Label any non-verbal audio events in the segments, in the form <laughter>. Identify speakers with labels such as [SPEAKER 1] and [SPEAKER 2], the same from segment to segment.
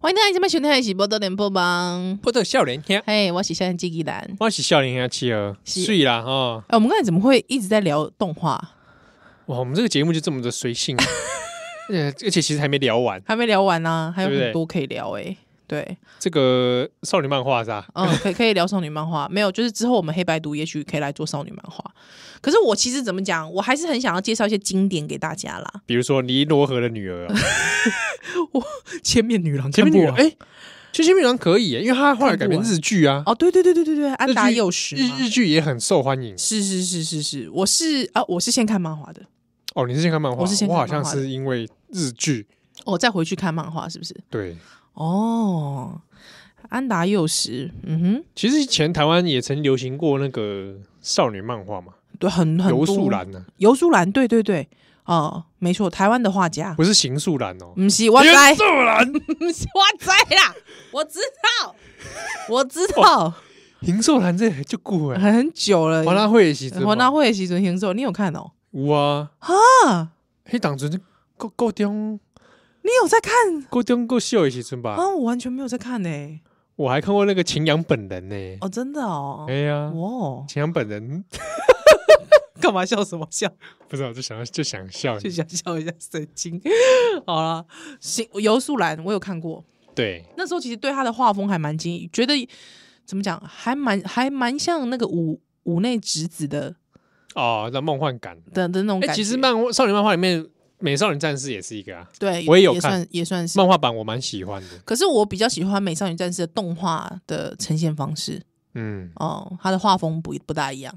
[SPEAKER 1] 欢迎大家今晚收听的是《波多连播帮》，
[SPEAKER 2] 不得笑脸兄，
[SPEAKER 1] 嘿，我是夏天基吉兰。
[SPEAKER 2] 我是笑脸兄企鹅，
[SPEAKER 1] 是
[SPEAKER 2] 睡啦哦。
[SPEAKER 1] 哎，我们刚才怎么会一直在聊动画？
[SPEAKER 2] 哇，我们这个节目就这么的
[SPEAKER 1] <laughs>
[SPEAKER 2] 随性，呃，而且其实还没聊完
[SPEAKER 1] 还没聊完呢、还有
[SPEAKER 2] 对不
[SPEAKER 1] 很
[SPEAKER 2] 对
[SPEAKER 1] 多可以聊哎、对，
[SPEAKER 2] 这个少女漫画是吧？
[SPEAKER 1] 嗯，可以可以聊少女漫画，没有，就是之后我们黑白读也许可以来做少女漫画。可是我其实怎么讲，我还是很想要介绍一些经典给大家啦。
[SPEAKER 2] 比如说《尼罗河的女儿》
[SPEAKER 1] <laughs>
[SPEAKER 2] 啊，
[SPEAKER 1] 千面女郎，
[SPEAKER 2] 前面
[SPEAKER 1] 看
[SPEAKER 2] 女
[SPEAKER 1] 过
[SPEAKER 2] 儿，哎，其实前面女郎可以耶，因为她后来改编日剧啊，
[SPEAKER 1] 哦，对对对对对对，安达幼时
[SPEAKER 2] 日
[SPEAKER 1] 嘛
[SPEAKER 2] 日剧也很受欢迎。
[SPEAKER 1] 是是是是是，我是啊，我是先看漫画的，
[SPEAKER 2] 哦，你是先看漫画，
[SPEAKER 1] 我是先看
[SPEAKER 2] 好
[SPEAKER 1] 漫画
[SPEAKER 2] 像是因为日剧，
[SPEAKER 1] 哦，再回去看漫画是不是？
[SPEAKER 2] 对。
[SPEAKER 1] 哦，安达幼时，嗯哼。
[SPEAKER 2] 其实以前台湾也曾流行过那个少女漫画嘛，
[SPEAKER 1] 对，很很多
[SPEAKER 2] 游素，兰啊呢，
[SPEAKER 1] 游素兰，对对对，哦、没错，台湾的画家，
[SPEAKER 2] 不是邢素兰哦，
[SPEAKER 1] 不是我知，
[SPEAKER 2] 素兰，
[SPEAKER 1] 不是我知啦，我知道，我知道，
[SPEAKER 2] 邢素兰这就过哎，
[SPEAKER 1] 很久了。
[SPEAKER 2] 华纳会的时阵嘛，
[SPEAKER 1] 黄大会的时阵行走，你有看哦？
[SPEAKER 2] 有啊，
[SPEAKER 1] 啊，
[SPEAKER 2] 迄当阵高高中
[SPEAKER 1] 你有在看
[SPEAKER 2] 高中够小的时阵吧，
[SPEAKER 1] 啊？我完全没有在看呢、
[SPEAKER 2] 我还看过那个秦阳本人呢、
[SPEAKER 1] 哦，真的哦
[SPEAKER 2] 哎，呀，
[SPEAKER 1] 哦，
[SPEAKER 2] 秦阳本人
[SPEAKER 1] <laughs>
[SPEAKER 2] <laughs>
[SPEAKER 1] 干嘛笑什么笑？
[SPEAKER 2] 不知道就想就想笑，
[SPEAKER 1] 就想笑一下神经。 <laughs> 好啦，行，游素兰我有看过，
[SPEAKER 2] 对，
[SPEAKER 1] 那时候其实对他的画风还蛮惊异，觉得怎么讲，还蛮还蛮像那个五五内直子的
[SPEAKER 2] 哦，那梦幻感。
[SPEAKER 1] 的的那种
[SPEAKER 2] 哎、
[SPEAKER 1] 感觉。
[SPEAKER 2] 其实漫少女漫画里面《美少女战士》也是一个啊，
[SPEAKER 1] 对，
[SPEAKER 2] 我也有
[SPEAKER 1] 也
[SPEAKER 2] 看
[SPEAKER 1] 算也算是。
[SPEAKER 2] 漫画版我蛮喜欢的。
[SPEAKER 1] 可是我比较喜欢《美少女战士》的动画的呈现方式
[SPEAKER 2] 嗯，
[SPEAKER 1] 哦，它的画风不不大一样，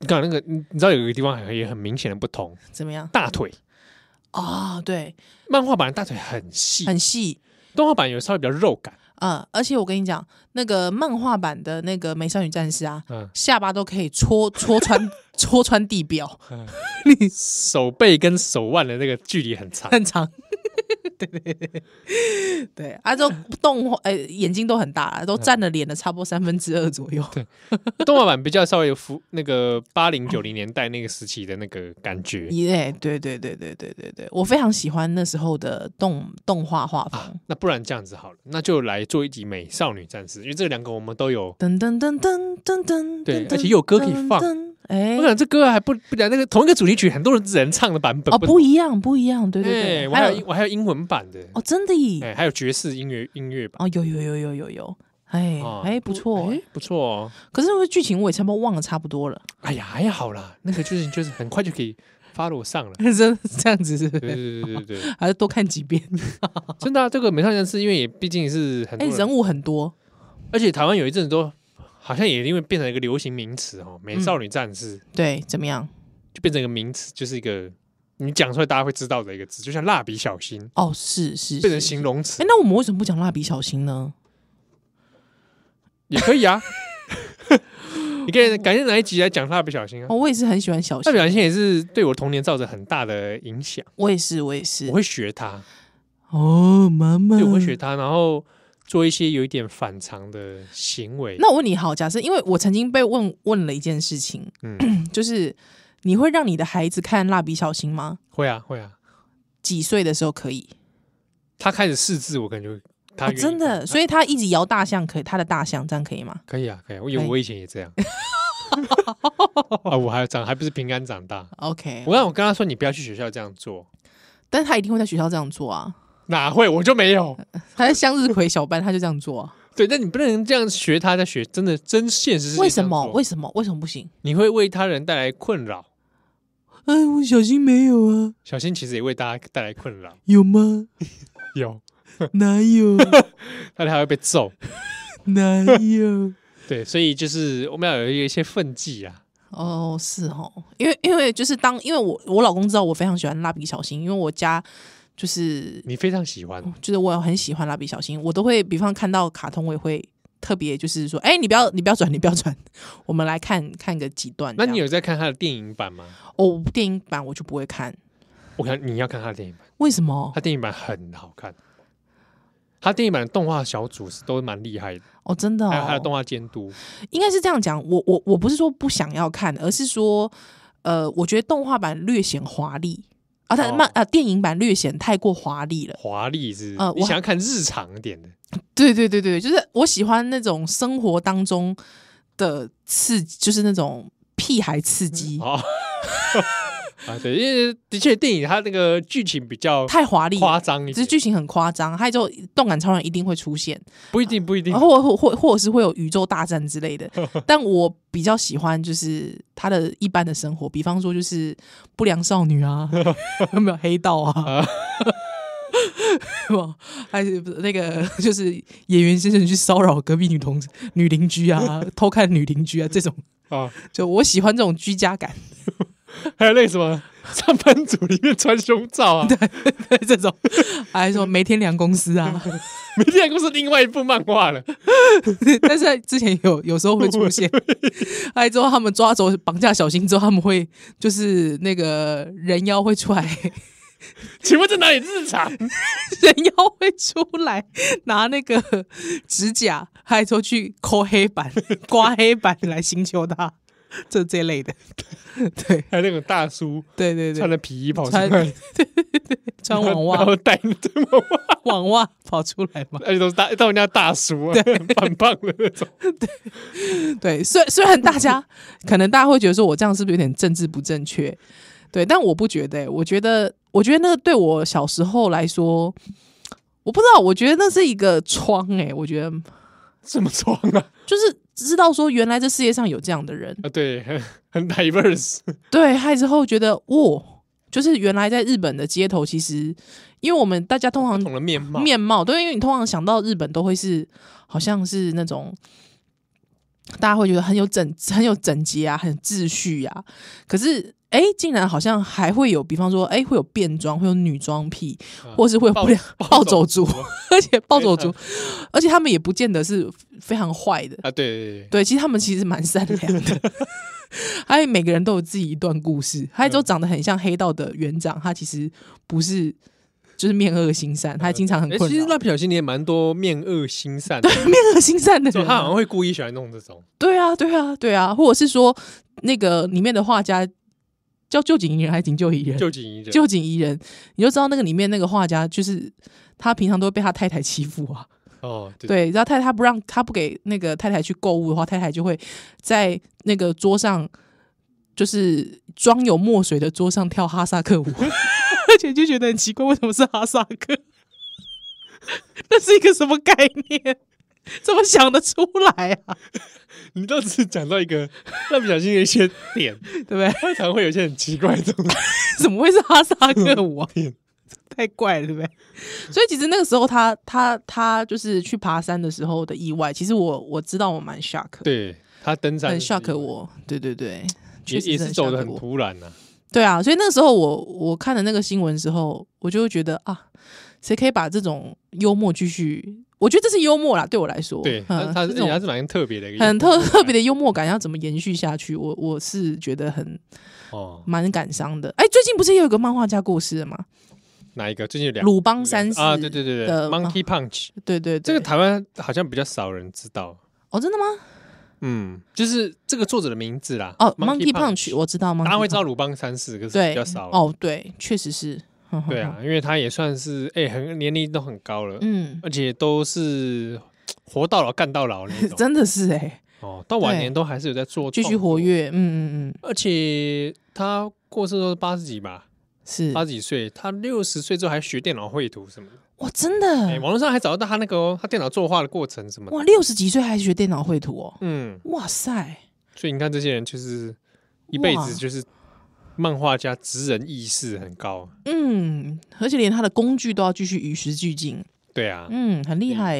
[SPEAKER 2] 你看那个，你你知道有一个地方很也很明显的不同，
[SPEAKER 1] 怎么样？
[SPEAKER 2] 大腿。
[SPEAKER 1] 啊、对，
[SPEAKER 2] 漫画版的大腿很细，
[SPEAKER 1] 很细
[SPEAKER 2] 动画版有稍微比较肉感。
[SPEAKER 1] 啊、呃而且我跟你讲，那个漫画版的那个《美少女战士》啊，
[SPEAKER 2] 嗯，
[SPEAKER 1] 下巴都可以戳戳穿 <laughs> 戳穿地表，
[SPEAKER 2] 手背跟手腕的那个距离很长。
[SPEAKER 1] 很长。对对对对，啊，这动画呃眼睛都很大啊，都占了脸的差不多三分之二左右。
[SPEAKER 2] 动画版比较稍微有符那个八零九零年代那个时期的那个感觉
[SPEAKER 1] 耶、对对对对对对对，我非常喜欢那时候的动动画画风。
[SPEAKER 2] 啊。那不然这样子好了，那就来做一集《美少女战士》，因为这两个我们都有。
[SPEAKER 1] 噔噔噔噔噔噔，
[SPEAKER 2] 对
[SPEAKER 1] 噔
[SPEAKER 2] 而且有歌可以放。
[SPEAKER 1] 噔噔哎
[SPEAKER 2] 我，想这歌还不不讲那个同一个主题曲，很多人只能唱的版本
[SPEAKER 1] 哦，不一样，不一样，对
[SPEAKER 2] 对
[SPEAKER 1] 对对，
[SPEAKER 2] 我还有英
[SPEAKER 1] 有
[SPEAKER 2] 我还有英文版的，
[SPEAKER 1] 哦，真的耶，
[SPEAKER 2] 哎，还有爵士音乐音乐版。
[SPEAKER 1] 哦，有有有有有有，哎
[SPEAKER 2] 哦
[SPEAKER 1] 哎，不错
[SPEAKER 2] 哎
[SPEAKER 1] 哎，
[SPEAKER 2] 不错哦。
[SPEAKER 1] 可是我剧情我也差不多忘了差不多了，
[SPEAKER 2] 哎呀，还好啦，那个就是就是很快就可以 follow 上了。
[SPEAKER 1] 真的是这样子是不
[SPEAKER 2] 对
[SPEAKER 1] 是？
[SPEAKER 2] 对对对对 <laughs> 对，
[SPEAKER 1] 还是多看几遍，
[SPEAKER 2] 真的啊，这个《美少女战士》因为也毕竟是很
[SPEAKER 1] 哎，
[SPEAKER 2] 多
[SPEAKER 1] 人
[SPEAKER 2] 人，
[SPEAKER 1] 物很多，
[SPEAKER 2] 而且台湾有一阵子都好像也因为变成一个流行名词哦，
[SPEAKER 1] 嗯
[SPEAKER 2] 《美少女战士》。
[SPEAKER 1] 对，怎么样？
[SPEAKER 2] 就变成一个名词，就是一个你讲出来大家会知道的一个字，就像蜡笔小新
[SPEAKER 1] 哦，是是，
[SPEAKER 2] 变
[SPEAKER 1] 是
[SPEAKER 2] 成形容
[SPEAKER 1] 哎
[SPEAKER 2] 词，
[SPEAKER 1] 那我们为什么不讲蜡笔小新呢？
[SPEAKER 2] 也可以啊。 <laughs> 你可以改天哪一集来讲蜡笔小新啊？
[SPEAKER 1] 哦，我也是很喜欢小
[SPEAKER 2] 蜡
[SPEAKER 1] 新
[SPEAKER 2] 笔，小新也是对我童年造成很大的影响，
[SPEAKER 1] 我也是，我也是
[SPEAKER 2] 我。会学它，
[SPEAKER 1] 哦，妈妈，
[SPEAKER 2] 对，我会学
[SPEAKER 1] 嗯
[SPEAKER 2] 它，然后做一些有一点反常的行为。
[SPEAKER 1] 那我问你好，假设因为我曾经被问问了一件事情，
[SPEAKER 2] 嗯，
[SPEAKER 1] 就是你会让你的孩子看蜡笔小新吗？
[SPEAKER 2] 会啊，会啊。
[SPEAKER 1] 几岁的时候可以？
[SPEAKER 2] 他开始识字，我感觉他
[SPEAKER 1] 哦、
[SPEAKER 2] 愿意
[SPEAKER 1] 真的，
[SPEAKER 2] 看
[SPEAKER 1] 所以他一直摇大象，可以他的大象这样可以吗？
[SPEAKER 2] 可以啊，可以啊。我
[SPEAKER 1] 可
[SPEAKER 2] 有
[SPEAKER 1] 以
[SPEAKER 2] 我以前也
[SPEAKER 1] <laughs>
[SPEAKER 2] 这样啊，我还长还不是平安长大。
[SPEAKER 1] OK，
[SPEAKER 2] 我让我跟他说，你不要去学校这样做，
[SPEAKER 1] 但是他一定会在学校这样做啊。
[SPEAKER 2] 哪会？我就没有。
[SPEAKER 1] 他在向日葵小班，他就这样做、啊。
[SPEAKER 2] 对，但你不能这样学他在学，真的真现实世界
[SPEAKER 1] 为什
[SPEAKER 2] 这样
[SPEAKER 1] 么？
[SPEAKER 2] 做
[SPEAKER 1] 为什么？为什么不行？
[SPEAKER 2] 你会为他人带来困扰？啊
[SPEAKER 1] 哎，我小新没有啊，
[SPEAKER 2] 小新其实也为大家带来困扰，
[SPEAKER 1] 有 <laughs> 吗？
[SPEAKER 2] 有，
[SPEAKER 1] 哪有？
[SPEAKER 2] 啊但他还会被揍。
[SPEAKER 1] 哪有？
[SPEAKER 2] 对，所以就是我们要有一些奋际啊。
[SPEAKER 1] <laughs> 哦，是哦，因为因为就是当因为我我老公知道我非常喜欢蜡笔小新，因为我家就是
[SPEAKER 2] 你非常喜欢，
[SPEAKER 1] 就是我很喜欢蜡笔小新，我都会比方看到卡通，我也会特别就是说，哎、你不要你不要转，你不要转，我们来看看个几段这
[SPEAKER 2] 那
[SPEAKER 1] 样。
[SPEAKER 2] 你有在看他的电影版吗？
[SPEAKER 1] 哦电影版我就不会看，
[SPEAKER 2] 我看你要看他的电影版，
[SPEAKER 1] 为什么
[SPEAKER 2] 他？电影版很好看。他电影版的动画小组是都蛮厉害的，
[SPEAKER 1] 哦，真的、
[SPEAKER 2] 还有他的动
[SPEAKER 1] 哦，
[SPEAKER 2] 画监督。
[SPEAKER 1] 应该是这样讲。我我我不是说不想要看，而是说，呃，我觉得动画版略显华丽，啊，它
[SPEAKER 2] 哦
[SPEAKER 1] 漫啊电影版略显太过华丽了。
[SPEAKER 2] 华丽是不
[SPEAKER 1] 呃
[SPEAKER 2] 是，
[SPEAKER 1] 我
[SPEAKER 2] 你想要看日常一点的，
[SPEAKER 1] 对对对对，就是我喜欢那种生活当中的刺激，就是那种屁孩刺激，
[SPEAKER 2] 哦， <laughs> 啊，对，因为的确电影它那个剧情比较
[SPEAKER 1] 太华丽了，
[SPEAKER 2] 夸张一
[SPEAKER 1] 只是
[SPEAKER 2] 点，
[SPEAKER 1] 剧情很夸张，还有就动感超人一定会出现，
[SPEAKER 2] 不一定不一定
[SPEAKER 1] 然，后或或或者是会有宇宙大战之类
[SPEAKER 2] <laughs>
[SPEAKER 1] 的。但我比较喜欢就是他的一般的生活，比方说就是不良少女
[SPEAKER 2] <laughs>
[SPEAKER 1] 啊，有没有黑道 <laughs> 啊？是吧还是那个就是演员先生去骚扰隔壁女同女邻居
[SPEAKER 2] <laughs>
[SPEAKER 1] 啊，偷看女邻居啊，这种
[SPEAKER 2] 啊，
[SPEAKER 1] 就我喜欢这种居家感， <laughs>
[SPEAKER 2] 还有那个什么 <laughs> 上班族里面穿胸罩啊，
[SPEAKER 1] 这种还说没天良公司啊， <laughs>
[SPEAKER 2] 明天公是另外一部漫画了，
[SPEAKER 1] 但是之前有有时候会出现，还之后他们抓走绑架小新之后，他们会就是那个人妖会出来， <laughs>
[SPEAKER 2] 请问在哪里日常？
[SPEAKER 1] 人妖会出来拿那个指甲，还之后去抠黑板、 <laughs> 刮黑板来寻求他，这这类的，对
[SPEAKER 2] 还有那种大叔
[SPEAKER 1] 对对
[SPEAKER 2] 穿
[SPEAKER 1] 对，
[SPEAKER 2] 着皮衣跑出
[SPEAKER 1] 穿
[SPEAKER 2] 来，
[SPEAKER 1] 穿网
[SPEAKER 2] 然
[SPEAKER 1] 袜
[SPEAKER 2] <laughs> 后戴着网袜，
[SPEAKER 1] 网袜跑出来嘛，
[SPEAKER 2] 而且都是大到人家大叔啊，棒棒的那种，
[SPEAKER 1] 对，虽虽然大家可能大家会觉得说我这样是不是有点政治不正确？对，但我不觉得欸、我觉得，我觉得那个对我小时候来说，我不知道，我觉得那是一个窗、欸，我觉得
[SPEAKER 2] 什么装啊？
[SPEAKER 1] 就是知道说原来这世界上有这样的人，
[SPEAKER 2] 啊，对，很很 diverse，
[SPEAKER 1] 对，害之后觉得哇，就是原来在日本的街头，其实因为我们大家通常
[SPEAKER 2] 不同的面貌，
[SPEAKER 1] 面貌，对，因为你通常想到日本都会是好像是那种。大家会觉得很有整 <laughs> 很有整洁啊，很秩序啊。可是，哎、竟然好像还会有，比方说，哎、会有变装，会有女装癖，
[SPEAKER 2] 啊
[SPEAKER 1] 或是会有不良嗯 <laughs> 暴走族，啊而且暴走族
[SPEAKER 2] 天，
[SPEAKER 1] 而且他们也不见得是非常坏的。
[SPEAKER 2] 啊，对对对。
[SPEAKER 1] 对，其实他们其实蛮善良 <laughs> 的，还有每个人都有自己一段故事。还有都长得很像黑道的园长，他其实不是就是面恶心善，他经常很
[SPEAKER 2] 哎、
[SPEAKER 1] 困
[SPEAKER 2] 其实
[SPEAKER 1] 扰。
[SPEAKER 2] 蜡笔小新也蛮多面恶心善的，
[SPEAKER 1] <laughs> 面恶心善的
[SPEAKER 2] <laughs> 就
[SPEAKER 1] 人
[SPEAKER 2] 他好
[SPEAKER 1] 啊、
[SPEAKER 2] 像会故意喜欢弄这种。
[SPEAKER 1] 对啊，对啊，对啊，或者是说那个里面的画家叫旧井宜人还是井旧宜人？
[SPEAKER 2] 就锦衣人，
[SPEAKER 1] 旧井宜人，你就知道那个里面那个画家，就是他平常都会被他太太欺负啊。
[SPEAKER 2] 哦，对，
[SPEAKER 1] 对，然后太太他不让他不给那个太太去购物的话，太太就会在那个桌上，就是装有墨水的桌上跳哈萨
[SPEAKER 2] <laughs>
[SPEAKER 1] 克舞，而且就觉得很奇怪，为什么是哈萨克？ <laughs> 那是一个什么概念？怎么想得出来啊？
[SPEAKER 2] 你倒是讲到一个 <laughs> 蜡笔小新的一些点，
[SPEAKER 1] 对 <laughs> 不对？
[SPEAKER 2] 他常会有一些很奇怪的东
[SPEAKER 1] <laughs>
[SPEAKER 2] 西。
[SPEAKER 1] 怎么会是哈萨克舞
[SPEAKER 2] <laughs>
[SPEAKER 1] 啊
[SPEAKER 2] 天？
[SPEAKER 1] 太怪了，对不对？所以其实那个时候他他他就是去爬山的时候的意外，其实我我知道我蛮 shock，的
[SPEAKER 2] 对他登山
[SPEAKER 1] 很
[SPEAKER 2] 是
[SPEAKER 1] shock 我，对对对，
[SPEAKER 2] 也
[SPEAKER 1] 确实
[SPEAKER 2] 也是走的很
[SPEAKER 1] shock 我
[SPEAKER 2] 突然呐、
[SPEAKER 1] 对啊，所以那个时候我我看了那个新闻之后，我就会觉得啊，谁可以把这种幽默继续？我觉得这是幽默啦，对我来说，
[SPEAKER 2] 对，他
[SPEAKER 1] 嗯
[SPEAKER 2] 他是
[SPEAKER 1] 这
[SPEAKER 2] 而且他
[SPEAKER 1] 种
[SPEAKER 2] 是蛮特别的一个，
[SPEAKER 1] 很特特别的幽默感，要怎么延续下去？我我是觉得很
[SPEAKER 2] 哦。
[SPEAKER 1] 蛮感伤的。哎，最近不是也有个漫画家过世了吗？
[SPEAKER 2] 哪一个？最近有两
[SPEAKER 1] 鲁邦三世
[SPEAKER 2] 啊，对对对对
[SPEAKER 1] 的
[SPEAKER 2] ，Monkey Punch
[SPEAKER 1] 对对，
[SPEAKER 2] 这个
[SPEAKER 1] 对
[SPEAKER 2] 台湾好像比较少人知道。
[SPEAKER 1] 哦，真的吗？
[SPEAKER 2] 嗯，就是这个作者的名字啦。
[SPEAKER 1] 哦，Monkey Punch 我知道吗？
[SPEAKER 2] 大家会知道鲁邦三世，可是
[SPEAKER 1] 对
[SPEAKER 2] 比较少。
[SPEAKER 1] 哦，对，确实是。
[SPEAKER 2] 对啊，，因为他也算是哎、很年龄都很高了，
[SPEAKER 1] 嗯，
[SPEAKER 2] 而且都是活到老干到老那种。
[SPEAKER 1] 真的是哎，
[SPEAKER 2] 哦，到晚年都还是有在做，
[SPEAKER 1] 继续活。跃，嗯嗯嗯，
[SPEAKER 2] 而且他过世都是八十几吧，
[SPEAKER 1] 是
[SPEAKER 2] 八十几岁，他六十岁之后还学电脑绘图什么的。
[SPEAKER 1] 哇，真的
[SPEAKER 2] 哎、网络上还找得到他那个、哦、他电脑作画的过程什么
[SPEAKER 1] 嗯
[SPEAKER 2] 的。
[SPEAKER 1] 哇，六十几岁还学电脑绘图哦，
[SPEAKER 2] 嗯，
[SPEAKER 1] 哇塞，
[SPEAKER 2] 所以你看这些人就是一辈
[SPEAKER 1] 哇
[SPEAKER 2] 子就是漫画家，职人意识很高。
[SPEAKER 1] 嗯，而且连他的工具都要继续与时俱进，
[SPEAKER 2] 对啊，哎、
[SPEAKER 1] 嗯，很厉害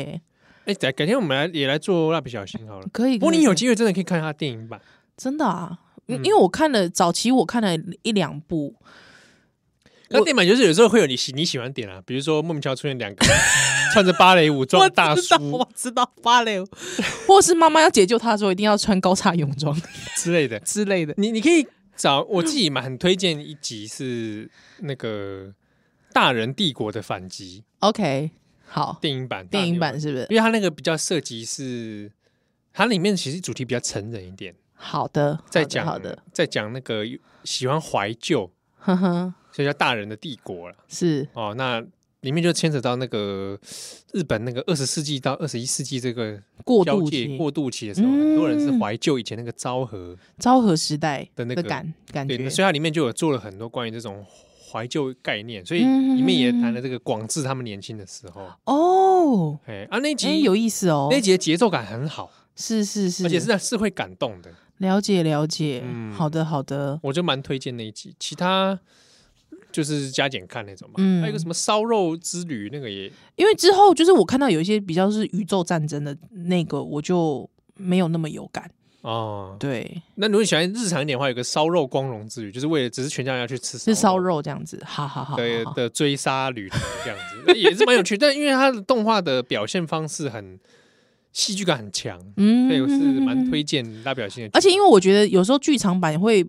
[SPEAKER 1] 哎，
[SPEAKER 2] 改改天我们来也来做蜡笔小新好了。
[SPEAKER 1] 可以。
[SPEAKER 2] 不过
[SPEAKER 1] 可以
[SPEAKER 2] 你有
[SPEAKER 1] 可以
[SPEAKER 2] 机会真的可以看他电影版，
[SPEAKER 1] 真的啊？因
[SPEAKER 2] 嗯
[SPEAKER 1] 因为我看了早期，我看了一两部，
[SPEAKER 2] 那电影版就是有时候会有你喜你喜欢的点啊，比如说莫名其妙出现两个穿着芭蕾舞装
[SPEAKER 1] <laughs> 我
[SPEAKER 2] 的大
[SPEAKER 1] 知道，
[SPEAKER 2] 叔
[SPEAKER 1] 我知道芭蕾舞， <laughs> 或是妈妈要解救他的时候，一定要穿高叉泳装
[SPEAKER 2] <laughs> 之类的。
[SPEAKER 1] 之类的。
[SPEAKER 2] 你你可以找我自己蛮很推荐一集是那个《大人帝国的反击
[SPEAKER 1] OK，》好，
[SPEAKER 2] 电影版，
[SPEAKER 1] 电影
[SPEAKER 2] 大
[SPEAKER 1] 版
[SPEAKER 2] 人帝
[SPEAKER 1] 是不是
[SPEAKER 2] 国，？因为它那个比较涉及是它里面其实主题比较成人一点，
[SPEAKER 1] 好的，
[SPEAKER 2] 在
[SPEAKER 1] 好的
[SPEAKER 2] 讲
[SPEAKER 1] 好的，
[SPEAKER 2] 在讲那个喜欢怀旧
[SPEAKER 1] 呵呵，
[SPEAKER 2] 所以叫大人的帝国了。
[SPEAKER 1] <laughs> 是
[SPEAKER 2] 哦，那里面就牵扯到那个日本那个二十世纪到二十一世纪这个
[SPEAKER 1] 过
[SPEAKER 2] 交
[SPEAKER 1] 渡
[SPEAKER 2] 界
[SPEAKER 1] 期、
[SPEAKER 2] 过渡期的时候，
[SPEAKER 1] 嗯
[SPEAKER 2] 很多人是怀旧以前那个昭和，
[SPEAKER 1] 昭和时代
[SPEAKER 2] 的那个
[SPEAKER 1] 感感
[SPEAKER 2] 对，
[SPEAKER 1] 觉，
[SPEAKER 2] 所以它里面就有做了很多关于这种怀旧概念，所以
[SPEAKER 1] 嗯
[SPEAKER 2] 里面也谈了这个广志他们年轻的时候，
[SPEAKER 1] 哦，
[SPEAKER 2] 哎啊那一
[SPEAKER 1] 哎、
[SPEAKER 2] 集
[SPEAKER 1] 有意思哦，
[SPEAKER 2] 那一集的节奏感很好，
[SPEAKER 1] 是是是，
[SPEAKER 2] 而且是在是会感动的，
[SPEAKER 1] 了解了解，
[SPEAKER 2] 嗯
[SPEAKER 1] 好的好的，
[SPEAKER 2] 我就蛮推荐那一集，其他。就是加减看那种嘛，
[SPEAKER 1] 嗯
[SPEAKER 2] 还有一个什么烧肉之旅，那个也
[SPEAKER 1] 因为之后就是我看到有一些比较是宇宙战争的那个，我就没有那么有感，
[SPEAKER 2] 哦。
[SPEAKER 1] 对，
[SPEAKER 2] 那如果你喜欢日常一点的话，有个烧肉光荣之旅，就是为了只是全家人要去吃
[SPEAKER 1] 是烧肉这样子，好好好，
[SPEAKER 2] 的
[SPEAKER 1] 好好
[SPEAKER 2] 的追杀旅程这样子，也是蛮有趣。 <laughs> 但因为它的动画的表现方式很戏剧感很强，
[SPEAKER 1] 嗯
[SPEAKER 2] 所以我是蛮。
[SPEAKER 1] 嗯嗯嗯
[SPEAKER 2] 推荐拉表现的。
[SPEAKER 1] 而且因为我觉得有时候剧场版会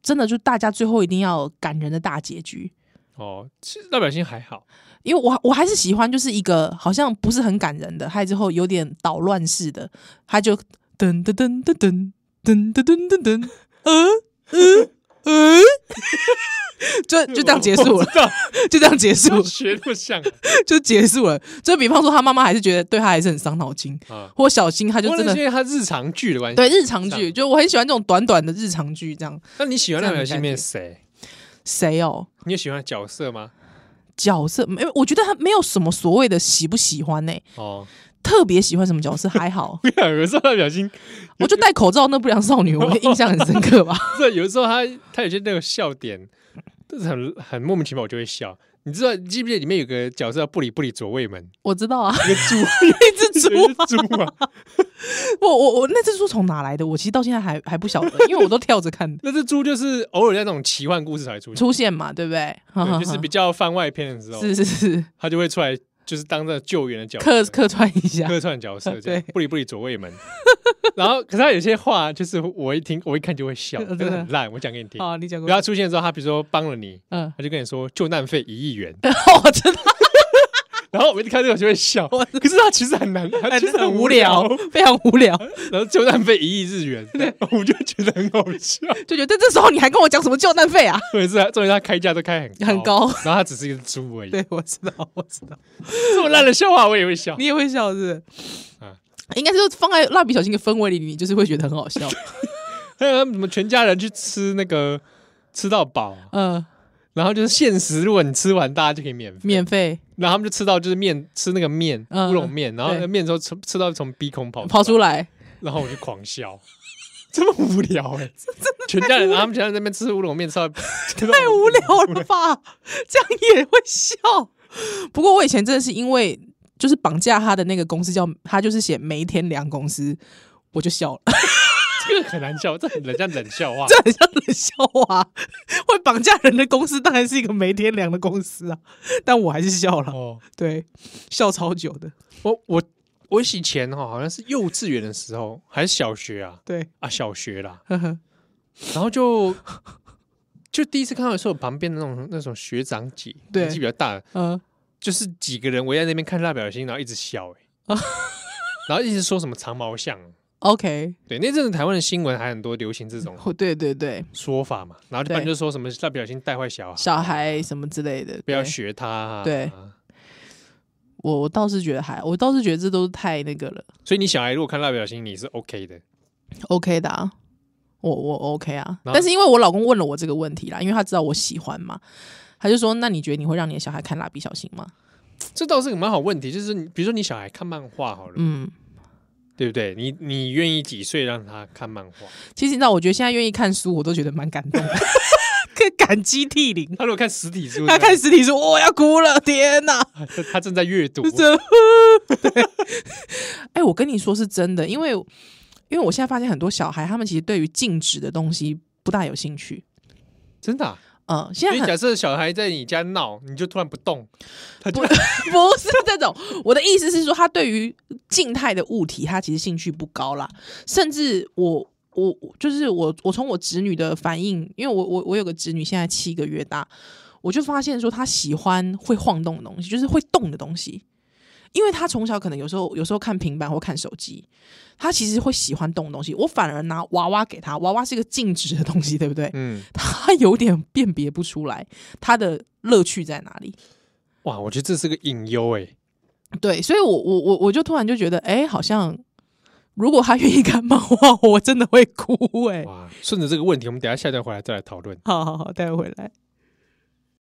[SPEAKER 1] 真的就大家最后一定要感人的大结局，
[SPEAKER 2] 哦，其实拉表现还好，
[SPEAKER 1] 因为我我还是喜欢就是一个好像不是很感人的，还之后有点捣乱式的，他就噔噔噔噔噔噔噔噔噔噔，嗯嗯嗯，就就这样结束
[SPEAKER 2] 我
[SPEAKER 1] 了，
[SPEAKER 2] 知道，
[SPEAKER 1] 就这样结束，
[SPEAKER 2] 学那么像
[SPEAKER 1] 就结束了。就比方说他妈妈还是觉得对他还是很伤脑筋，
[SPEAKER 2] 啊，
[SPEAKER 1] 或小 <laughs> 新他就
[SPEAKER 2] 我
[SPEAKER 1] 真
[SPEAKER 2] 是
[SPEAKER 1] 的
[SPEAKER 2] 因。为它日常剧的关系。
[SPEAKER 1] 对日常剧，就我很喜欢这种短短的日常剧，这样
[SPEAKER 2] 那你喜欢拉表现里面谁？
[SPEAKER 1] 谁哦
[SPEAKER 2] 你有喜欢的角色吗？
[SPEAKER 1] 角色没有，我觉得他没有什么所谓的喜不喜欢呢、
[SPEAKER 2] 哦，
[SPEAKER 1] 特别喜欢什么角色还 <laughs> 好，
[SPEAKER 2] 不要，有时候拉表现，
[SPEAKER 1] 我就戴口罩那不良少女，我印象很深刻吧。
[SPEAKER 2] 这有时候他他有些那个笑点，但是很很莫名其妙，我就会笑。你知道你记不记得里面有个角色叫布里布里左卫门，
[SPEAKER 1] <laughs> 我知道啊，
[SPEAKER 2] 一个猪，
[SPEAKER 1] 那只猪，
[SPEAKER 2] <laughs> 有一只猪啊，
[SPEAKER 1] 我我我那只猪从哪来的？我其实到现在还还不晓 <laughs> 得，因为我都跳着看的
[SPEAKER 2] 那只猪就是偶尔在那种奇幻故事才会出现，
[SPEAKER 1] 出现嘛，对不对？
[SPEAKER 2] 对就是比较番外篇的时候，
[SPEAKER 1] 啊是是是，
[SPEAKER 2] 他就会出来，就是当这救援的角
[SPEAKER 1] 客
[SPEAKER 2] 色，
[SPEAKER 1] 客串一下，
[SPEAKER 2] 客串角色，这样
[SPEAKER 1] 对
[SPEAKER 2] 布里布里左卫门。 <laughs> 然后，可是他有些话，就是我一听，我一看就
[SPEAKER 1] <laughs>
[SPEAKER 2] 会笑，
[SPEAKER 1] 真的
[SPEAKER 2] 真的很烂。我讲给你
[SPEAKER 1] <laughs>
[SPEAKER 2] 听，
[SPEAKER 1] 好，你讲过
[SPEAKER 2] 然后，他出现之后，他比如说帮了你，
[SPEAKER 1] 嗯， <laughs>
[SPEAKER 2] 他就跟你说救难费一亿元，
[SPEAKER 1] 我知道，
[SPEAKER 2] 然后我一看这个就会笑，
[SPEAKER 1] 我
[SPEAKER 2] <laughs>
[SPEAKER 1] 哎
[SPEAKER 2] 可是他其实很难，他其实很
[SPEAKER 1] 无 <laughs> 聊，非常无聊，
[SPEAKER 2] 然后救难费一亿日元，对， <laughs> 我就觉得很好笑。
[SPEAKER 1] 就觉得这时候你还跟我讲什么救难 <laughs> 费啊？
[SPEAKER 2] <laughs> 重点是他，重点是他开价都开很
[SPEAKER 1] 很，高，
[SPEAKER 2] 然后他只是一个猪而已。
[SPEAKER 1] 对，我知道，我知道，
[SPEAKER 2] 这么烂的笑话我也会笑
[SPEAKER 1] <laughs> 你。也会笑是不是？
[SPEAKER 2] 嗯
[SPEAKER 1] 应该是说放在蜡笔小新的氛围里，你就是会觉得很好笑。
[SPEAKER 2] 还有他们什么全家人去吃那个吃到饱，
[SPEAKER 1] 嗯，
[SPEAKER 2] 然后就是限时，如果你吃完大家就可以免费，
[SPEAKER 1] 免费
[SPEAKER 2] 然后他们就吃到就是面吃那个面
[SPEAKER 1] 嗯
[SPEAKER 2] 乌龙面，然后
[SPEAKER 1] 对
[SPEAKER 2] 那面之后吃吃到从鼻孔跑
[SPEAKER 1] 跑出
[SPEAKER 2] 来，
[SPEAKER 1] 来，
[SPEAKER 2] 然后我就狂笑。 <laughs> 这么无聊哎、全家人，然后他们全家人在那边吃乌龙面，
[SPEAKER 1] <laughs>
[SPEAKER 2] 吃到太
[SPEAKER 1] 太无聊了吧？
[SPEAKER 2] <laughs>
[SPEAKER 1] 这样也会笑。不过我以前真的是因为就是绑架他的那个公司叫他就是写梅天良公司，我就笑了，
[SPEAKER 2] 啊这个很难笑，这很冷，像冷笑
[SPEAKER 1] <laughs>
[SPEAKER 2] 话。
[SPEAKER 1] 这很像冷笑话。会绑架人的公司当然是一个梅天良的公司啊，但我还是笑了，
[SPEAKER 2] 哦，
[SPEAKER 1] 对，笑超久的，
[SPEAKER 2] 我我我以前哈、好像是幼稚园的时候，还是小学啊
[SPEAKER 1] 对，
[SPEAKER 2] 啊小学啦，
[SPEAKER 1] 呵呵，
[SPEAKER 2] 然后就 <laughs> 就第一次看到的时候，旁边的那种那种学长姐，
[SPEAKER 1] 对
[SPEAKER 2] 年纪比较大的，
[SPEAKER 1] <laughs> 嗯、
[SPEAKER 2] 就是几个人围在那边看蜡笔小新，然后一直笑、
[SPEAKER 1] <laughs>
[SPEAKER 2] 欸，然后一直说什么长毛象。
[SPEAKER 1] o k
[SPEAKER 2] 对，那阵子台湾的新闻还很多流行这种
[SPEAKER 1] 哦，对对对，
[SPEAKER 2] 说法嘛，然后一
[SPEAKER 1] 对
[SPEAKER 2] 般就说什么蜡笔小新带坏小孩，
[SPEAKER 1] 小孩什么之类的，
[SPEAKER 2] 不要
[SPEAKER 1] 对
[SPEAKER 2] 学他、啊。
[SPEAKER 1] 对，我，我倒是觉得还，我倒是觉得这都太那个了
[SPEAKER 2] 所以你小孩如果看蜡笔小新，你是 OK 的。
[SPEAKER 1] ，OK 的、啊。我我 OK 啊，
[SPEAKER 2] 然后
[SPEAKER 1] 但是因为我老公问了我这个问题啦，因为他知道我喜欢嘛，他就说：“那你觉得你会让你的小孩看蜡笔小新吗
[SPEAKER 2] 这倒是个蛮好问题，就是你比如说你小孩看漫画好？”了，
[SPEAKER 1] 嗯，
[SPEAKER 2] 对不对？你你愿意几岁让他看漫
[SPEAKER 1] <laughs>
[SPEAKER 2] 画？
[SPEAKER 1] 其实你知道，我觉得现在愿意看书，我都觉得蛮感动的， <laughs> 可感激涕零。
[SPEAKER 2] 他如果看实体书，
[SPEAKER 1] 他看实体书，我要哭了，天哪！
[SPEAKER 2] 他他正在阅读，
[SPEAKER 1] 这， <laughs> 哎、我跟你说是真的，因为因为我现在发现很多小孩，他们其实对于禁止的东西不大有兴趣。
[SPEAKER 2] 真的啊、
[SPEAKER 1] 嗯，现 <laughs>
[SPEAKER 2] 所以
[SPEAKER 1] 在很
[SPEAKER 2] 假设小孩在你家闹，你就突然不动，他就
[SPEAKER 1] <laughs> 不是这种，我的意思是说，他对于静态的物体，他其实兴趣不高啦。甚至我我就是我，我从我侄女的反应，因为我我我有个侄女现在七个月大，我就发现说她喜欢会晃动的东西，就是会动的东西。因为他从小可能有时候有时候看平板或看手机，他其实会喜欢动东西。我反而拿娃娃给他，娃娃是一个静止的东西，对不对？
[SPEAKER 2] 嗯，
[SPEAKER 1] 他有点辨别不出来他的乐趣在哪里。
[SPEAKER 2] 哇，我觉得这是个隐忧哎，
[SPEAKER 1] 对，所以我我我我就突然就觉得，哎、好像如果他愿意看漫画，我真的会哭哎、
[SPEAKER 2] 哇，顺着这个问题，我们等一下下一段回来再来讨论。
[SPEAKER 1] 好好好，待会回来。